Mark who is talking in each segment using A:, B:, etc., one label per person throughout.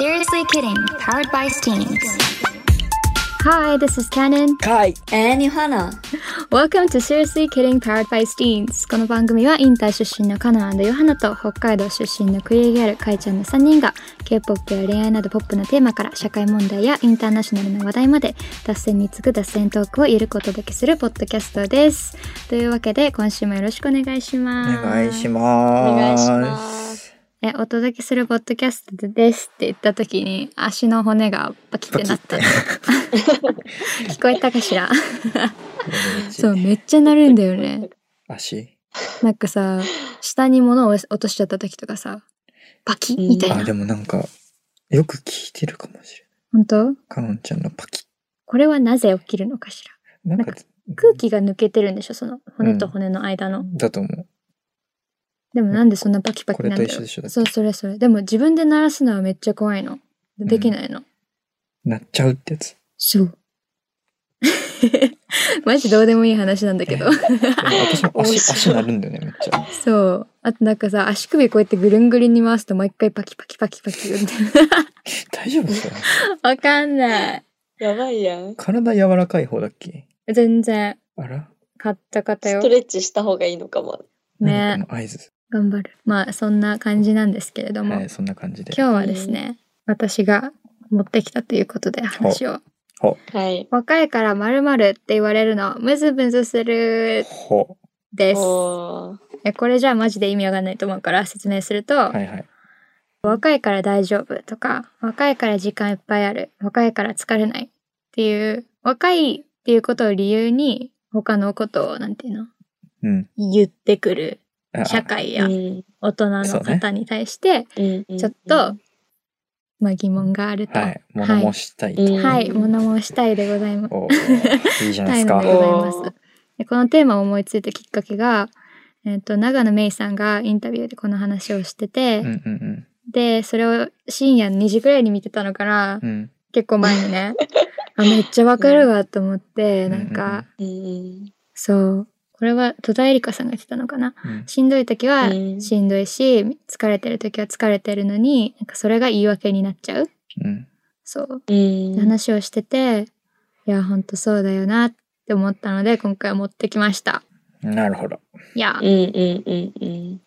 A: Seriously Kidding, powered by Steams. Hi, this is Canon.
B: かい
C: えー、ニハナ。
A: Welcome to Seriously Kidding, powered by Steams. この番組はインター出身のカナヨハナと北海道出身のクイーギャルカイちゃんの3人が K-POP や恋愛などポップなテーマから社会問題やインターナショナルな話題まで脱線に次ぐ脱線トークをゆるくお届けするポッドキャストです。というわけで今週もよろしくお願いし
B: お
A: ます。
B: 願いします。
C: お願いします
A: え、お届けするポッドキャストですって言った時に足の骨がパキってなった。 聞こえたかしらそう、めっちゃなるんだよね。
B: 足
A: なんかさ、下に物を落としちゃった時とかさ、パキみたい
B: あ、
A: な。
B: でもなんか、よく聞いてるかもしれない。
A: 本当
B: かのんちゃんのパキッ。
A: これはなぜ起きるのかしら
B: なん
A: な
B: か
A: ん、空気が抜けてるんでしょその骨と骨の間の。
B: だと思う。
A: でもなんでそんなパキパキ
B: こ
A: な
B: れ
A: ん
B: と
A: だ
B: 一緒
A: よ
B: で。しょだ
A: そ
B: って
A: う、それそれ。でも自分で鳴らすのはめっちゃ怖いの。できないの。
B: なっちゃうってやつ。
A: そう。 マジどうでもいい話なんだけど。
B: でも私も
C: 面
B: 足、
C: 白い
B: 足なるんだよね、めっちゃ。
A: そう。あとなんかさ、足首こうやってぐるんぐるんに回すと毎回パキパキパキパキ言うんだよね
B: 大丈夫それ。
A: わかんない。
C: やばいやん。
B: 体柔らかい方だっけ
A: 全然。
B: あら
A: 買った方
C: ス
A: よ
C: ト。レッチした方がいいのかも。
A: ね
B: 何この合図。
A: 頑張る。まあ、そんな感じなんですけれども、
B: はい、そんな感じで。
A: 今日はですね、私が持ってきたということで話を。
C: はい。
A: 若いから〇〇って言われるの、ムズムズする
B: ほ
A: です。
C: おー
A: えこれじゃあマジで意味わかんないと思うから説明すると、
B: はいはい。
A: 若いから大丈夫とか若いから時間いっぱいある若いから疲れないっていう若いっていうことを理由に他のことをなんていうの
B: うん。
A: 言ってくる
B: ああ
A: 社会
C: う
A: や
C: ん
A: 大人
B: そ
A: の
B: うね
A: 方に対して、
C: うんうん
A: ちょっと、まあ、疑問があると
B: は
A: はい、
B: い。物申したいと。
C: うん
A: 物申したいでございます
B: おーいいじゃない
A: タ
B: で
A: イムでご
B: すか。
A: ざ
B: はいい
A: ます。でこのテーマを思いついたきっかけが、えっと長野めいさんがインタビューでこの話をしてて、
B: うんうん
A: でそれを深夜2時ぐらいに見てたのから
B: うん。うん。
A: 結構前にねあめっちゃわかるわと思って、
B: うん
A: なんか、
C: うんうん
A: そうこれは戸田恵梨香さんが言ってたのかな
B: うん
A: しんどい時は
C: うん
A: しんどいし、疲れてる時は疲れてるのになんかそれが言い訳になっちゃう
B: うん。
A: そう、
C: うん。
A: 話をしてていやほんとそうだよなって思ったので今回は持ってきました
B: なるほど。
A: いや
C: うんうんうんうん。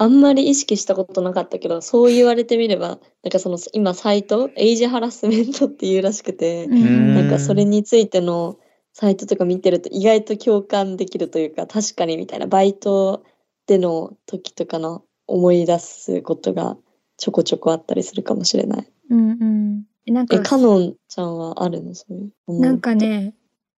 C: あんまり意識したことなかったけど、そう言われてみれば、なんかその今サイト、エイジハラスメントっていうらしくて
A: う、
B: うん
C: なんかそれについてのサイトとか見てると意外と共感できるというか、確かにみたいな、バイトでの時とかの思い出すことがちょこちょこあったりするかもしれない。
A: うんうんえなん
C: え、
A: か
C: かのんちゃんはあるのそういう思う。
A: なんかね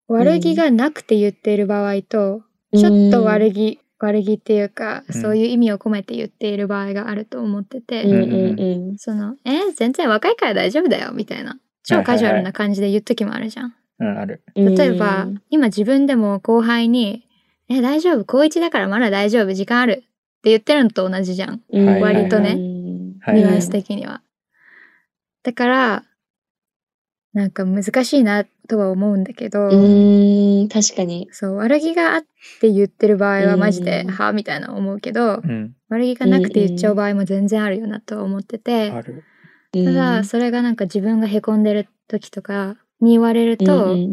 A: 悪気がなくて言っている場合と、
C: うん、
A: ちょっと悪気、悪気っていうか、
B: うん
A: そういう意味を込めて言っている場合があると思ってて、
C: うんうんうん。
A: その、えー全然若いから大丈夫だよ、みたいな。超カジュアルな感じで言う時もあるじゃん。
B: うん、ある。
A: 例えば、今自分でも後輩に、えー大丈夫、高一だからまだ大丈夫、時間あるって言ってるのと同じじゃん。
C: うん、
B: はい割と
A: ね
C: うん
B: はい
A: ニュアンス的には。だから、なんか難しいなとは思うんだけど、
C: うん、確かに。
A: そう、悪気があって言ってる場合はマジで、
C: うん
A: はみたいな思うけど、
B: うん。
A: 悪気がなくて言っちゃう場合も全然あるよなとは思ってて、
B: ある。
C: た
A: ただそれがなんか自分がへこんでる時とかに言われると、
C: 刺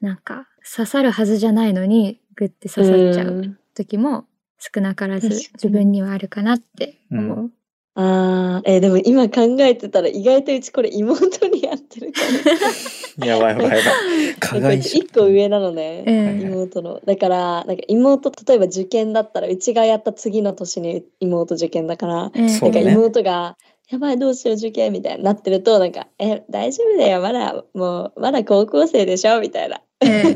A: なんか刺さるはずじゃないのにグッて刺さっちゃう時も少なからず
C: 確かに
A: 自分にはあるかなって思う。
C: あーえーでも今考えてたら意外とうちこれ妹にやってるから
B: やばいやばいやばい。加
C: えこい
B: 害
C: つ
B: 者。
C: 一個上なのね、
A: うん
B: はいはい
C: 妹のだからなんか妹例えば受験だったらうちがやった次の年に妹受験だから
A: うん
B: そうだ
C: なんか
B: ね
C: 妹が「やばいどうしよう受験」みたいになってるとなんか「え大丈夫だよまだもうまだ高校生でしょ」みたいな。
A: うんう
B: う
A: ん
B: んうん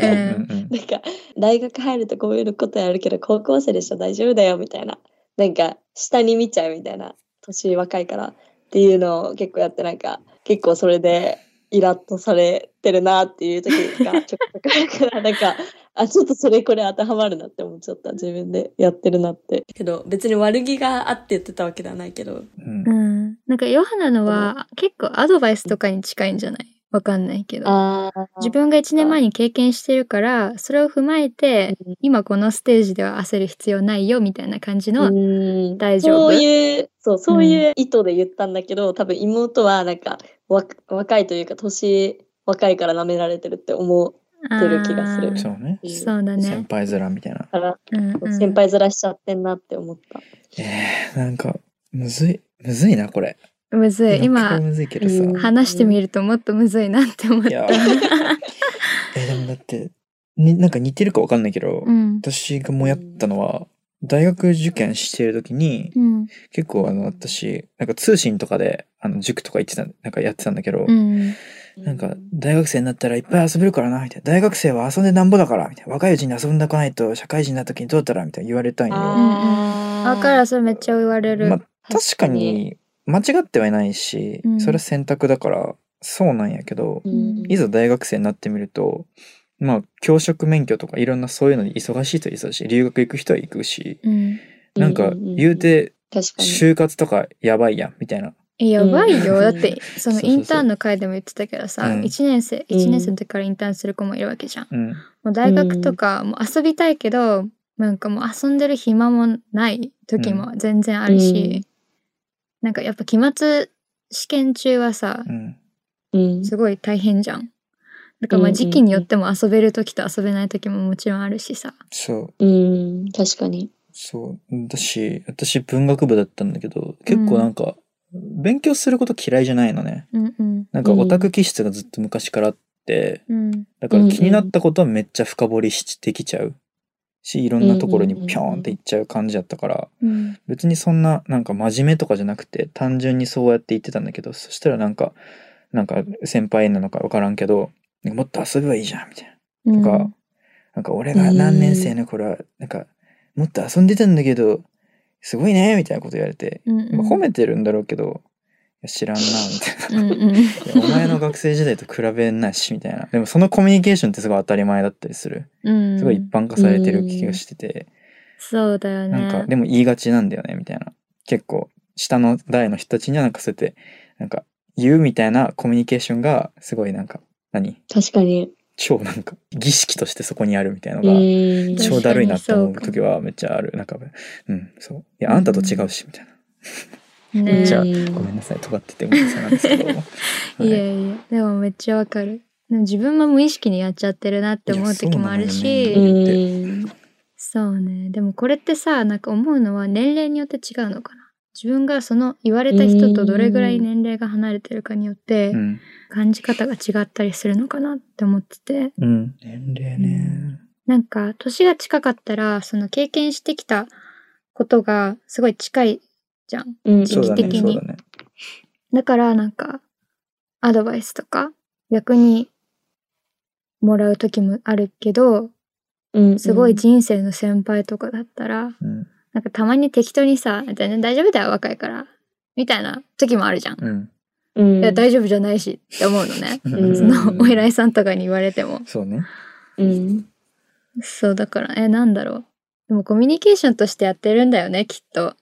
C: なんか大学入るとこういうことやるけど高校生でしょ大丈夫だよみたいななんか下に見ちゃうみたいな年若いからっていうのを結構やってなんか結構それでイラッとされてるなっていう時がちょっとあるから なんかあちょっとそれこれ当てはまるなって思っちゃった自分でやってるなってけど別に悪気があって言ってたわけではないけど
B: うん
A: うんなんかヨハナのは結構アドバイスとかに近いんじゃないわかんないけど。
C: ああ、
A: 自分が1年前に経験してるから、それを踏まえて、
C: うん
A: 今このステージでは焦る必要ないよみたいな感じの、
C: うん
A: 大丈夫
C: そういう、そう、そういう意図で言ったんだけど、多分妹はなんか、わ若いというか、年若いから舐められてるって思う。
A: あー
C: 出る気がする
B: そうね。
A: そうだ
B: 先
A: ね。
B: 輩面みたいな。
C: から、
A: うんうん
C: 先輩ずらしちゃってんなって思った。
B: えー、なんか、むずい。むずいな、これ。
A: むずい。
B: なん
A: 今
B: か、むずいけどさ。
C: うん
A: 話してみるともっとむずいなって思っ
B: いや
A: た。
B: ーえでもだってになんか似てるかわかんないけど、
A: うん。
B: 私がもやったのは大学受験してる時に
A: うん。
B: 結構あの私なんか通信とかであの塾とか行ってたなんかやってたんだけど、
A: うん。
B: なんか大学生になったらいっぱい遊べるからなみたいな大学生は遊んでなんぼだからみたいな若いうちに遊んでこないと社会人になった時にどうだったらみたいな言われたんよ。
A: あだからんそれめっちゃ言われる。
B: まあ確かに間違ってはいないし、
A: うん
B: それは選択だからそうなんやけど、
C: うん
B: いざ大学生になってみると、まあ、教職免許とかいろんなそういうのに忙しい人は忙しい。留学行く人は行くし、
A: うん。
B: なんか
C: うんうんうん
B: 言うて
C: 確かに。
B: 就活とかやばいやん、みたいな。
A: えやばいよ。
C: うん
A: だって、その
B: そうそうそう
A: インターンの回でも言ってたけどさ、
B: うん
A: 1年生、1年生の時からインターンする子もいるわけじゃん。
B: うん。
A: もう大学とか、もう遊びたいけど、なんかもう遊んでる暇もない時も全然あるし、なんかやっぱ期末試験中はさ
B: う、ん。
C: うん
A: すごい大変じゃん。だからまあ時期によっても遊べる時と遊べない時ももちろんあるしさ。
B: そう、
C: うん、確かに。
B: そう。だし、私文学部だったんだけど、結構なんか、勉強すること嫌いじゃないのね。
A: うんうん。
B: なんかオタク気質がずっと昔からあって、
A: うん。
B: だから気になったことはめっちゃ深掘りしできちゃうし、いろんなところにピョーンって行っちゃう感じだったから、
A: うん。
B: 別にそんななんか真面目とかじゃなくて単純にそうやって言ってたんだけどそしたらなんかなんか先輩なのか分からんけどなんかもっと遊べばいいじゃんみたい
A: うん
B: なとか、なんか俺が何年生の頃はなんかもっと遊んでたんだけどすごいねみたいなこと言われて、
A: うんうん
B: まあ褒めてるんだろうけどいや知らんなみ たいな。
A: うん うん。
B: いやお前の学生時代と比べんないしみたいなでもそのコミュニケーションってすごい当たり前だったりする
A: うん
B: すごい一般化されてる気がしてて、
A: そうだよね。
B: なんか、でも言いがちなんだよね、みたいな。結構、下の代の人たちにはなんかそうやって、なんか、言うみたいなコミュニケーションが、すごいなんか、何
C: 確かに。
B: 超なんか、儀式としてそこにあるみたいな
C: う
B: のが、
C: ん。
A: 確か
B: 超
A: に
B: だるいなって思う
A: そうか
B: 時はめっちゃある。なんか、うん、そう。いや、あんたと違うし、みたいな。
A: ね
B: めっちゃ、
C: う
B: ご
C: ん
B: めんなさい、尖っててごめんなさいなんですけど。はい
A: いやいや、でもめっちゃわかる。でも自分も無意識にやっちゃってるなって思う時もある
B: いやそうなのよ
A: し、
B: ね
C: うん。
A: そうね。でもこれってさ、なんか思うのは年齢によって違うのかな。自分がその言われた人とどれぐらい年齢が離れてるかによって
B: うん。
A: 感じ方が違ったりするのかなって思ってて、
B: うん。年齢ね。
A: なんか年が近かったら、その経験してきたことがすごい近いじゃん。
C: うん
B: そうだ
A: 時期的
B: ね、
A: に
B: そうだね。
A: だからなんかアドバイスとか逆にもらう時もあるけど
C: うん
A: すごい人生の先輩とかだったら、
B: うん。
A: なんかたまに適当にさ「全然大丈夫だよ若いから」みたいな時もあるじゃん。
B: うん。。
C: うん
A: いや大丈夫じゃないしって思うのね
C: ん
A: そのお偉いさんとかに言われても
B: そうね。
C: うん。
A: そうだからえなんだろうでもコミュニケーションとしてやってるんだよねきっと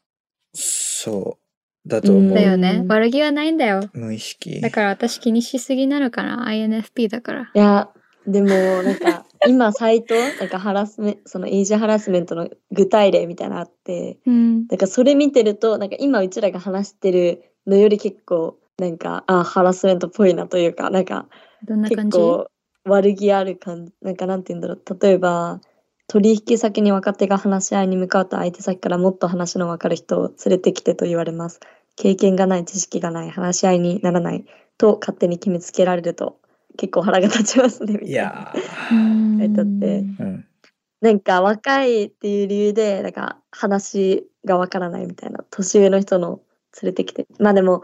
B: そう。だと思
A: だよ
B: う。
A: ね、
C: うん
A: 悪気はないんだよ
B: 無意識。
A: だから私気にしすぎなのかな INFP だから
C: いや、でも、なんか、今、サイト、なんか、ハラスメント、その、エイジハラスメントの具体例みたいなのあって、
A: うん
C: なんか、それ見てると、なんか、今、うちらが話してるのより結構、なんか、あ、ハラスメントっぽいなというか、なんか、
A: どんな
C: 結
A: 感じ
C: 構悪気ある感じなんかなんて言うんだろう例えば取引先に若手が話し合いに向かうと相手先からもっと話の分かる人を連れてきてと言われます経験がない知識がない話し合いにならないと勝手に決めつけられると結構腹が立ちますねみたいない
B: や
A: う
B: ー。
A: ん
C: えっとって
B: うん。
C: なんか若いっていう理由でなんか話がわからないみたいな年上の人の連れてきてまあでも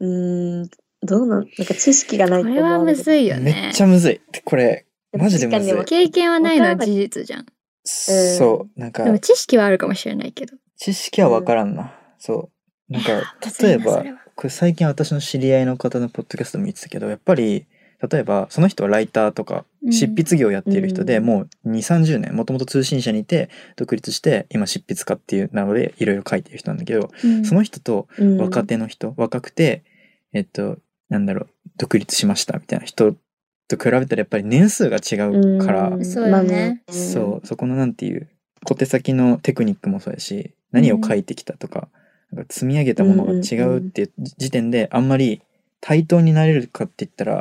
C: うーんどうなんなんか知識がない
A: これは
C: わ
A: む
C: れる
A: ずいよね。
B: めっちゃむずい。これ、マジでむずい
C: 確かに
A: 経験はないのは事実じゃん。
B: そう。なんか
A: で、も知識はあるかもしれないけど。
B: 知識はわからんな。そう。なんか、例え
A: いや
B: ば
A: むずいなそれは、
B: これ最近私の知り合いの方のポッドキャストも言ってたけど、やっぱり、例えば、その人はライターとか
A: う、ん
B: 執筆業をやっている人で、
C: うん
B: もう2、30年、もともと通信社にいて、独立して、今執筆家っていうなので、いろいろ書いてる人なんだけど、
A: うん
B: その人と
C: うん
B: 若手の人、若くて、えっと、なんだろう、独立しましたみたいな人と比べたらやっぱり年数が違うから、
C: ん
A: そうよね
C: まあ
B: そうそこのなんていう小手先のテクニックもそうやし何を書いてきたとか,、なんか積み上げたものが違うっていう時点であんまり対等になれるかって言ったら、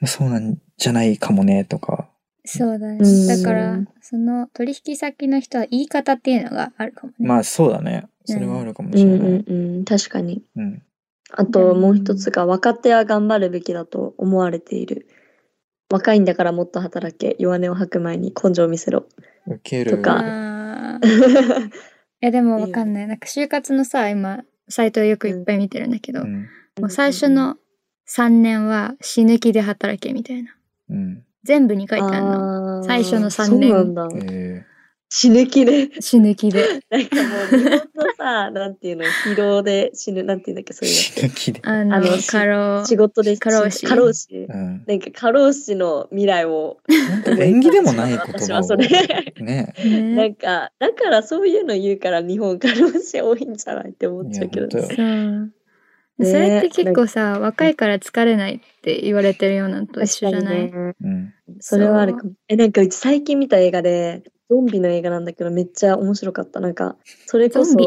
B: まあそうなんじゃないかもねとか
A: そうだ
C: うん
A: ね。だから、その取引先の人は言い方っていうのがあるかもね。
B: まあそうだねそれはあるかもし
C: う
B: れ
C: ん
B: ない。
C: うんうん、確かに。
B: うん
C: あともう一つが、若手は頑張るべきだと思われている。若いんだからもっと働け、弱音を吐く前に根性を見せろ。
B: 受ける
C: とか
A: あーいやでもわかんない。なんか就活のさ、今、サイトをよくいっぱい見てるんだけど、
B: うん
A: もう最初の3年は死ぬ気で働けみたいな。
B: うん
A: 全部に書いてあるの。
C: あー
A: 最初の三年
C: そうなんだ。
B: え
C: 死ぬ気で、
A: 死ぬ気で。
C: なんかもう日本のさ、なんていうの、疲労で死ぬ、なんていうんだっけ、
B: ー、
C: そういう
B: 死ぬ気で、
A: あの、
C: あの
A: 過労
C: の。。仕事で死ぬ
A: 過労死
C: 過労死。
B: うん、
C: なんか過労死の未来を
B: 本当縁起でもない言
C: 私
B: 葉
C: は
B: を
C: それ
B: ね
A: ね
C: なんか、だからそういうの言うから日本過労死多いんじゃないって思っちゃうけど
B: いや本当よ
C: ね。
A: そう。
C: ね
A: それって結構さ、若いから疲れないって言われてるようなのと一緒じゃない、
C: 確かにね
B: うん
C: それはあるかも。え、なんかうち最近見た映画で、ゾンビの映画なんだけどめっちゃ面白かった。なんか、それこそ
A: ゾン、ビ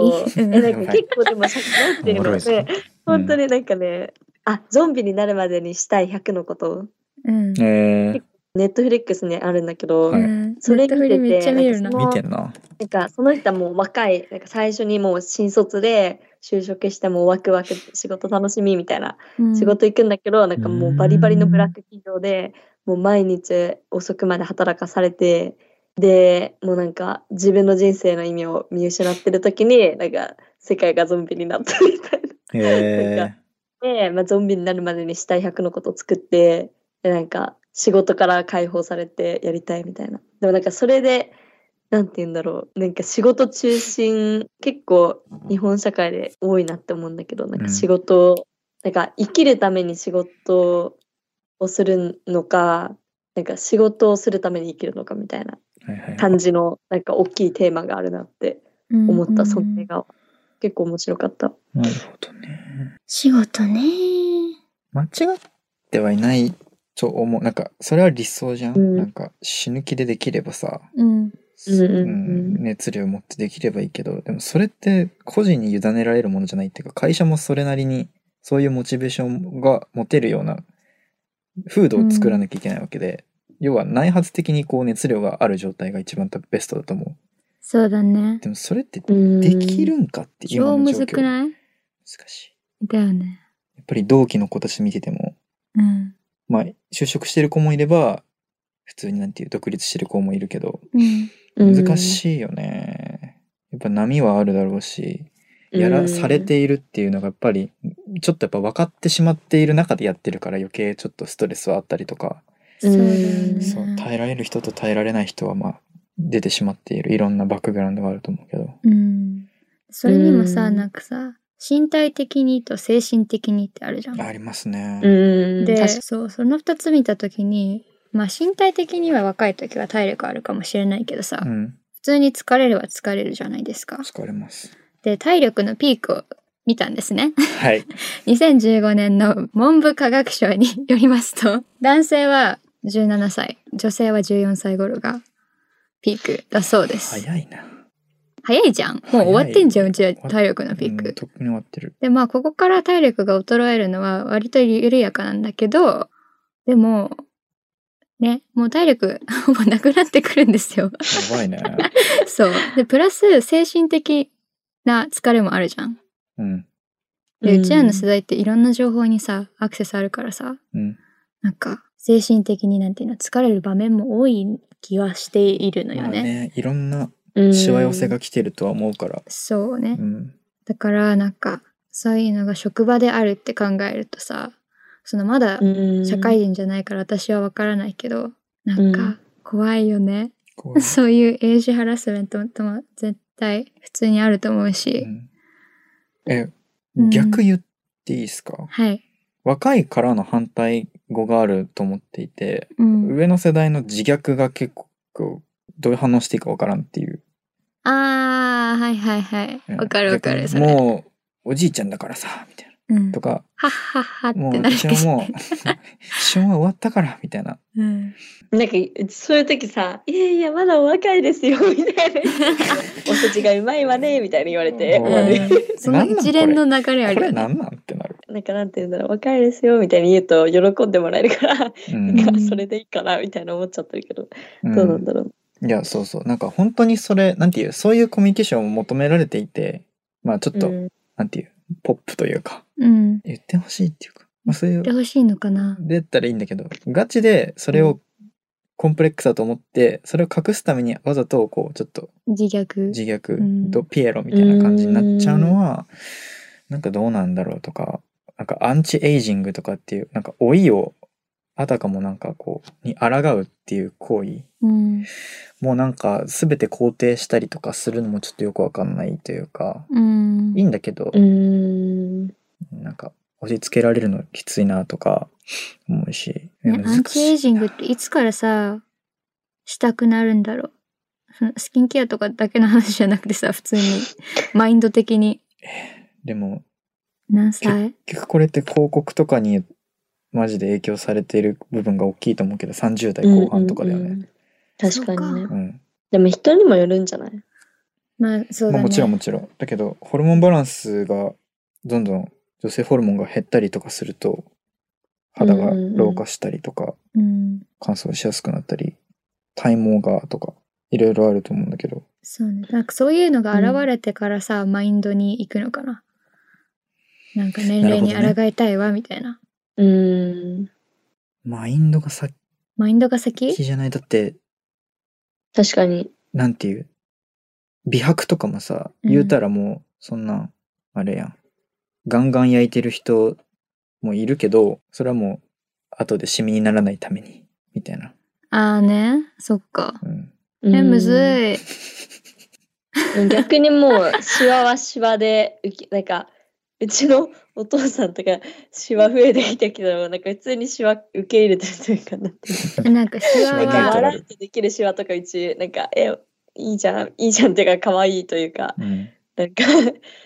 C: え、なんか結構でもさ、なんてい
B: お
C: う
B: もろ
C: の
B: いぞ
C: ね、本当になんかね、あ、ゾンビになるまでにしたい100のことを、
A: うん。
B: え
C: ネットフリックスにあるんだけど、
B: はい
A: うん
C: それ
A: ネットフリめっちゃ見るな
B: ー、。見てんな
C: なんかその人はもう若い、なんか最初にもう新卒で就職してもうワクワク仕事楽しみみたいな
A: うん
C: 仕事行くんだけど、なんかもうバリバリのブラック企業で、もう毎日遅くまで働かされて、で、もうなんか自分の人生の意味を見失ってる時に、なんか世界がゾンビになったみたい
B: え
C: な。なんで、まあ、ゾンビになるまでにしたい100のことを作って、で、なんか仕事から解放されてやりたいみたいな。でもなんかそれで、なんて言うんだろう。なんか仕事中心、結構日本社会で多いなって思うんだけど、な
B: う
C: んか
B: ん
C: 仕事を、なんか生きるために仕事をするのか、なんか仕事をするために生きるのかみたいな
B: ー、はいはい
C: 感じの、なんか大きいテーマがあるなって思った、その映画は。結構面白かった。
B: なるほどね
A: 仕事ね。
B: 間違ってはいないと思うなんかそれは理想じゃん、
C: うん
B: なんか死ぬ気でできればさ、
A: うん。
C: うんうんうん
B: 熱量持ってできればいいけどでもそれって個人に委ねられるものじゃないっていうか会社もそれなりにそういうモチベーションが持てるような風土を作らなきゃいけないわけで、要は内発的にこう熱量がある状態が一番多分ベストだと思
A: そうだね
B: う。でもそれってで
C: で
B: きるんかって今
A: 超
B: の
A: む
B: 状況
A: ずくない
B: 難しい
A: だよね。
B: やっぱり同期の子たち見てても
A: うん。
B: まあ就職してる子もいれば普通になんていう独立してる子もいるけど
A: うん。
B: 難しいよね、やっぱ波はあるだろうしやらされているっていうのがやっぱりちょっとやっぱ分かってしまっている中でやってるから余計ちょっとストレスはあったりとか、
A: そうだよね
C: う。ん
B: そう耐えられる人と耐えられない人はまあ出てしまっているいろんなバックグラウンドがあると思うけど
A: うん。それにもさ、
C: うん
A: なんかさ、身体的にと精神的にってあるじゃん。
B: ありますね、
C: うん
A: で、
C: 確か
A: そう、その2つ見たときに、まあ身体的には若い時は体力あるかもしれないけどさ、
B: う
A: 普
B: ん
A: 通に疲れるは疲れるじゃないですか。
B: 疲れます
A: で、体力のピークを見たんですね。
B: はい
A: 2015年の文部科学省によりますと、男性は17歳、女性は14歳頃がピークだそうです。
B: 早いな
A: 早いじゃん。もう終わってんじゃん、うちは体力のピー
B: う
A: ク
B: ん。とっくに終わってる
A: で、まあ、ここから体力が衰えるのは割と緩やかなんだけど、でも、ね、もう体力 ほぼなくなってくるんですよ。
B: や ばいね
A: そう。で、プラス精神的な疲れもあるじゃん。
B: うん
A: で、
C: うん
A: うちらの世代っていろんな情報にさ、アクセスあるからさ、
B: うん
A: なんか、精神的になんていうの、疲れる場面も多い気はしているの
B: ま
A: よ
B: あ
A: ね。
B: ねいろんな
C: に
B: しわ寄せが来てるとは思うから
A: そうね。
B: うん
A: だから、なんか、そういうのが職場であるって考えるとさ、そのまだ、社会人じゃないから私は分からないけどなん
C: う
A: か
C: ん
A: 怖いよね、
B: 怖い
A: そういうエイジハラスメントも絶対普通にあると思うし、
B: うんえ
A: うん
B: 逆言っていいですか、
A: はい、
B: 若いからの反対語があると思っていて、
A: うん、
B: 上の世代の自虐が結構どういう反応していいかわからんっていう。
A: あーはいはいはい
B: うん
A: わかるわかる
B: 逆
A: そ
B: に
A: れ
B: もうおじいちゃんだからさみたいな。
A: うん
B: と。か、
A: はっはっはっ
B: も
A: て
B: う
A: なる
B: 一
A: け
B: 応
A: ど
B: も
A: ね
B: う、 一応は終わったから、みたいな。
A: うん。
C: なんかそういう時さ「いやいやまだお若いですよ」みたいな「 おせちがうまいわね」みたいに言われて
B: うん
C: 終わる
A: うんその一連の流れあ
B: こ
A: るよ
B: れ
A: ね。
B: なんなんってなる。
C: なんかなんて言うんだろう「若いですよ」みたいに言うと喜んでもらえるから
B: う
C: なんん
A: う
C: か
A: ん
C: それでいいかなみたいな思っちゃってるけど
B: うん
C: どうなんだろう
B: いや、そうそう。なんか本当にそれ、なんていう、そういうコミュニケーションを求められていて、まあちょっと、
C: うん
B: なんていう、ポップというか、
A: うん。
B: 言ってほしいっていうか、まあそうい
A: や
B: う
A: って、ほしいのかな。
B: でったらいいんだけど、ガチでそれをコンプレックスだと思って、それを隠すためにわざとこう、ちょっと
A: 自虐。
B: 自
A: うん
B: 虐とピエロみたいな感じになっちゃうのは、なんかどうなんだろうとか、なんかアンチエイジングとかっていう、なんか老いを、あたかもなんかこう、に抗うっていう行為
A: うん。
B: もうなんか全て肯定したりとかするのもちょっとよくわかんないというか、
A: うん
B: いい。んだけど
C: う、ーん
B: なんか押し付けられるのきついなとか思うし、いや
A: ね、アンチエイジングっていつからさ、したくなるんだろう。そのスキンケアとかだけの話じゃなくてさ、普通に、 マインド的に。
B: でも
A: 何歳
B: 結局これって広告とかにマジで影響されている部分が大きいと思うけど30代後半とかだよ
C: うんうんう
B: ね。
C: ん確かに
A: そう
C: ね
B: うん
C: でも人にもよるんじゃない
A: まあ、そうだ
B: まあ、
A: ね。
B: もちろんもちろん。だけどホルモンバランスがどんどん女性ホルモンが減ったりとかすると肌が老化したりとか、
A: うん。
B: 乾燥しやすくなったり体毛がとかいろいろあると思うんだけど
A: そうね。なんかそういうのが現れてからさ、マインドに行くのかな。なんか年齢に
B: なるほど
A: 抗
B: ね
A: いたいわ、みたいな。
C: うーん
B: マインドが先
A: マインドが先
B: じゃないだって
C: 確かに
B: なんていう美白とかもさ
A: うん
B: 言うたらもうそんな、あれやんガンガン焼いてる人もいるけどそれはもう後でシミにならないためにみたいな、
A: ああね。そっか。
B: うん、
A: え、む
C: い
A: ず
C: 逆にもうシワはシワでうきなんかうちのお父さんとかシワ増えてきたけどなんか普通にシワ受け入れてるというかなっていう
A: い。なんかシワ
B: シワない
C: か
B: と
A: は、
B: ね
C: 笑いとできるシワとかうちなんかえいいじゃんいいじゃんっていうか可愛いというか
B: うん
C: なんか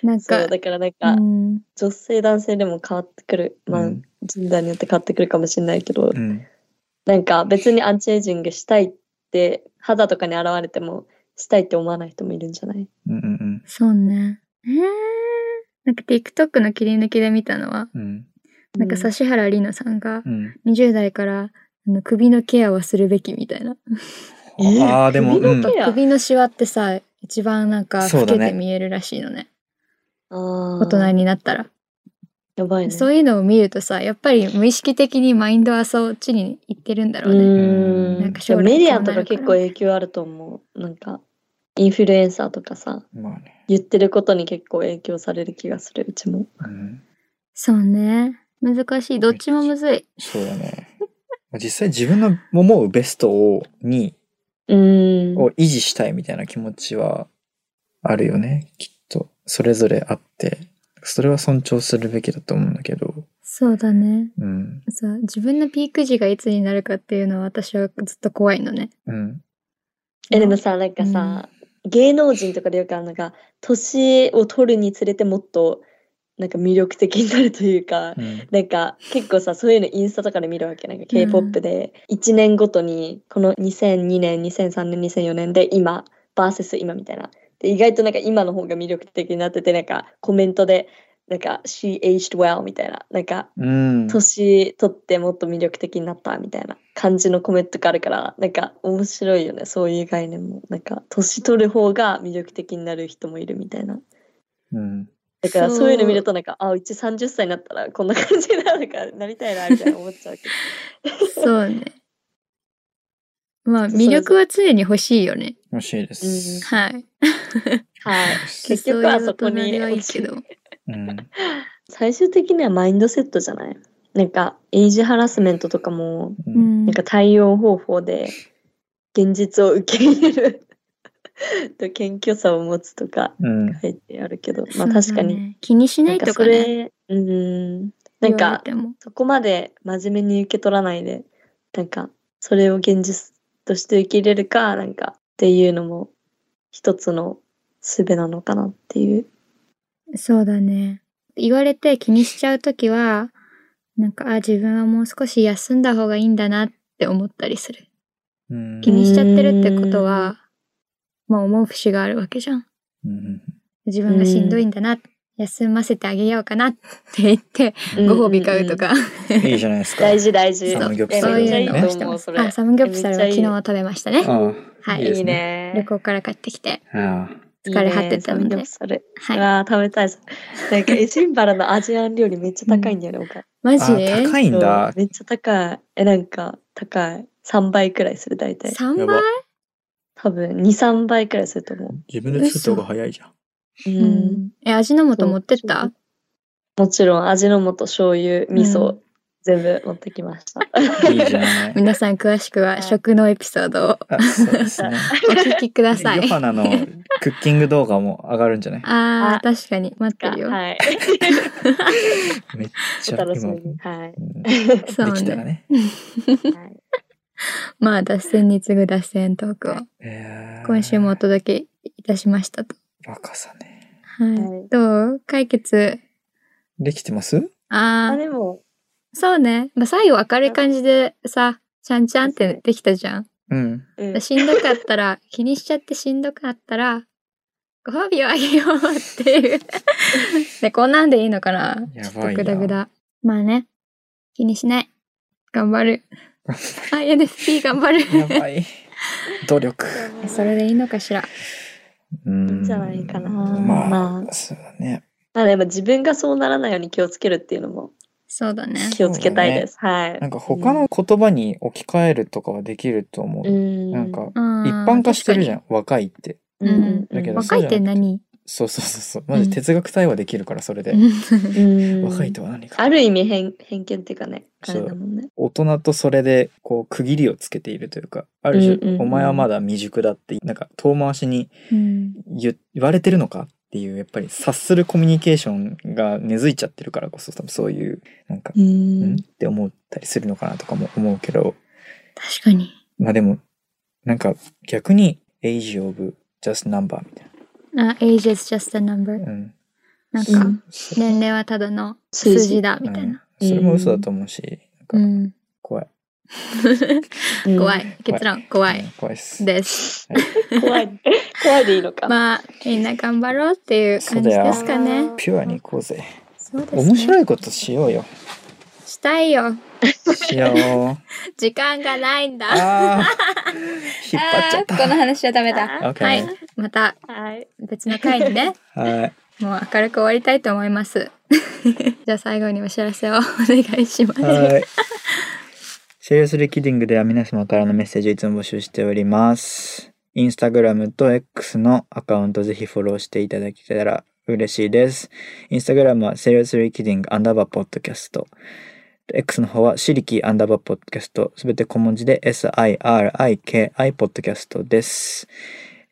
A: なん
C: そ
A: か
C: う、だからなん
A: う
C: か
A: ん。
C: 女性男性でも変わってくるまあ
B: うん
C: 人代によって変わってくるかもしれないけど
B: うん
C: なんか別にアンチエイジングしたいって肌とかに現れてもしたいって思わない人もいるんじゃない
B: うんうん
A: そうね。えー、なんか TikTok の切り抜きで見たのは、
B: うんうん
A: なんか
C: う
A: 指原莉乃さんが
B: うん
A: 20代からあの首のケアはするべきみたいな。
C: え
B: ああでも、
C: 首
B: うん
C: の、毛や
A: 首のシワってさ、一番なんか
B: そ
A: 老
B: うだ
A: け
B: ね
A: て見えるらしいのね。
C: あ
A: 大人
C: に
A: になったら。
C: やばいね
A: そういうのを見るとさ、やっぱり無意識的にマインドはそっちに行ってるんだろうね。
B: ん
C: ん
A: なんか将来
C: メディア
A: こう
C: と
A: な
C: か
A: るから
C: 結構影響あると思う。なんか、インフルエンサーとかさ、
B: まあね、
C: 言ってることに結構影響される気がする、うちも。
B: うん、
A: そうね。難しい。どっちもむずい。
B: そうだね 実際自分の思うベストをに
C: うーん。
B: を維持したいみたいな気持ちはあるよねきっとそれぞれあってそれは尊重するべきだと思うんだけど
A: そうだね。
B: うん
A: そう自分のピーク時がいつになるかっていうのは私はずっと怖いのね。
B: うん
C: え、でもさ、なんかさ、芸能人とかでよくあるのが、年を取るにつれてもっと、なんか魅力的になるというか、
B: うん
C: なんか結構さそういうのインスタとかで見るわけなんか K-POP で1年ごとにこの2002年2003年2004年で今バーセス今みたいなで意外となんか今の方が魅力的になっててなんかコメントでなんか She aged well みたいななんか
B: うん
C: 年取ってもっと魅力的になったみたいな感じのコメントがあるからなんか面白いよねそういう概念もなんか年取る方が魅力的になる人もいるみたいな
B: うん
C: だから
A: そう
C: そういうの見るとなんかあうち30歳になったらこんな感じになるからなりたいなみたいな思っちゃうけど
A: そう ね。まあ
C: そうそう
A: 魅力は常に欲しいよね。
B: 欲しいです、
A: はい。
C: はい結局はそこに
A: そういう大人ではいいけど。
B: うん
C: 最終的にはマインドセットじゃないなんかエイジハラスメントとかも
A: う
B: う
A: んん
C: なんか対応方法で現実を受け入れる と謙虚さを持つとか
B: うん
C: 書いてあるけど
A: そ
C: ま
A: う
C: あ
A: だね
C: 確かに、
A: 気にしな
C: なん
A: い
C: か
A: と
C: そ
A: かね。
C: れうんな
A: 言
C: ん
A: われ
C: か
A: ても
C: そこまで真面目に受け取らないで、なんか、それを現実として受け入れるか、なんか、っていうのも、一つの術なのかなっていう。
A: そうだね。言われて気にしちゃうときは、なんか、あ、自分はもう少し休んだ方がいいんだなって思ったりする。
B: うん
A: 気にしちゃってるってことは、まあ思う節があるわけじゃん。
B: うん
A: 自分がしんどいんだな、休ませてあげようかなって言って、
C: うん
A: ご褒美買うとか、
B: いいじゃないですか。
C: 大事大事。
B: サムギョプ
C: え
B: サ
A: そう
B: ル
C: め
A: い
C: っちゃいう
A: のを
C: い
A: して
C: と思
A: ま
C: う、
A: す
C: そ。れ。
A: あ、サムギョプサルは昨日
C: めっちゃ
A: 食べましたね。
B: あ
A: はい
B: い
A: い
B: で
C: い
B: す
C: い
B: ね
C: ね。
A: 旅行から帰ってきて、
B: あ、ああ、
A: 疲れ果てたので
C: いいねサムギョプサル
A: はい。
C: うわー食べたいです。なんかエジンバラのアジアン料理めっちゃ高いんだよね、お金
A: マジ
B: あ高いんだ。
C: めっちゃ高い。え、なんか高い。3倍くらいする、大体。
A: ?3
B: やば
A: 倍
C: 多分2、3倍くらいすると思
B: 自分で作った方が早いじゃん。
C: う。う。
A: うんん。え、味の素持ってった
C: もちろん味の素、醤油、味噌、
A: うん
C: 全部持ってきました。
B: いいじゃない。
A: 皆さん詳しくは食のエピソードを
B: あ、そうですね。
A: お聞きください
B: ヨ。ハナのクッキング動画も上がるんじゃない
A: あ
C: あ
A: ー、確かに。待ってるよ。
C: はい。
B: めっち
C: お
B: ゃ今、
C: 楽
B: う
C: しみ
B: ん
C: に。はい。
A: そう
B: できたら
A: ね。
B: ね。
C: はい
A: まあ、脱線に次ぐ脱線トークを
B: えー
A: 今週もお届けいたしましたと。
B: 若さね。
A: は。
C: はいい
A: どう解決。
B: できてます
A: あ
C: あ、
A: ー、
C: でも、
A: そうね。まあ、最後明るい感じでさ、ちゃんちゃんってできたじゃん。
B: うん。
C: うん
A: しんどかった ら、気にしちゃってしんどかったら、ご褒美をあげようって いう。で、こんなんでいいのかな
B: やばい
A: ち
B: な
A: ょっとグダグダ。まあね。気にしない。頑張 る。あ、NFP 頑張
B: や
A: る。
B: ばい。努力。
A: それでいいのかしら。
B: う
C: いいん
B: ん。
C: じゃないかな。
B: まあ、
C: まあ、
B: そうだね。
C: まあでも自分がそうならないように気をつけるっていうのも
A: そうだね。
C: 気をつけたいです。はい
B: なん。か他の言葉に置き換えるとかはできると思
C: う
B: う。
C: ん。
B: なんか、一
A: 一
B: 般化してるじ
A: ゃん
B: ゃん。若いって。
C: うん、うん。
B: だけど
A: 確かに。若いって 何
B: そうそうそうそう。マジ哲学対話できるから、それで。
C: うん
B: 若いとは何か。
C: ある意味偏偏見っていうかね、あ
B: そう
C: れだもんね。
B: 大人とそれでこう区切りをつけているというかある種、
C: うんうんうん
B: お前はまだ未熟だってなんか遠回しに
A: うん
B: 言言われてるのかっていうやっぱり察するコミュニケーションが根付いちゃってるからこそ多分そういうなんか、
C: う
B: うんん、って思ったりするのかなとかも思うけど
A: 確かに。
B: まあでもなんか逆に「Age of Just Number」みたい
A: あ、age is just a number.
B: な、うん、
A: なん
C: う
A: か
C: ん、
B: そ
A: 年齢はただの
C: 数
A: 数
C: 字
A: 字だ、みたいな。
B: うんそれも嘘だと思うし、
A: う
B: なんか
A: ん。
B: 怖い、
C: うん
A: 怖。い。結論、怖
B: うん
A: い。
B: 怖いっす
A: です。
C: 怖い。怖いでいいのか。
A: まあ、みんな頑張ろうっていう感じですかね。
B: ピュアに行こうぜ
A: そうですね。
B: 面白
A: い。
B: いことしようよ
A: したいよ。
B: しよう
A: 時間がないんだ。
B: あー引っ張っちゃ
A: あ
B: っ
A: ーこの
B: た。
A: 話はダメだ。
C: あ
B: ー OK
A: はい。また
C: はい。
A: 別の回にね、
B: は い。
A: もう明るく終わりたいと思います。 じゃあ最後にお知らせをお願いします。
B: はい。シェイスリキディングでは皆様からのメッセージをいつも募集しております。インスタグラムと X のアカウントぜひフォローしていただけたら嬉しいです。インスタグラムは Seriously Kidding アンダーバーポッドキャスト。X の方はシリキアンダーバーポッドキャスト。すべて小文字で SIRIKI ポッドキャストです。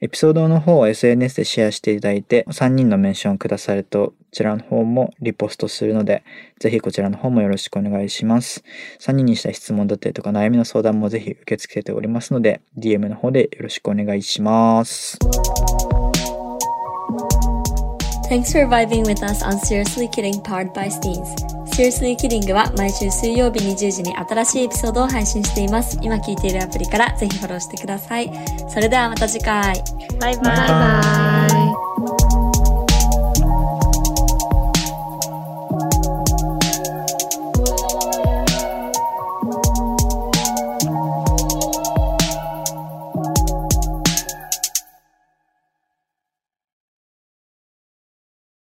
B: エピソードの方を SNS でシェアしていただいて、3人のメンションをくださると、こちらの方もリポストするので、ぜひこちらの方もよろしくお願いします。3人にした質問だったりとか悩みの相談もぜひ受け付けておりますので、DM の方でよろしくお願いします。
D: Thanks for vibing with us on Seriously Kidding powered by Steens. Seriously Kidding は毎週水曜日20時に新しいエピソードを配信しています。今聞いているアプリからぜひフォローしてください。それではまた次回。
C: バイ
B: バ
C: バ
B: イ
C: イ。
A: バイバイ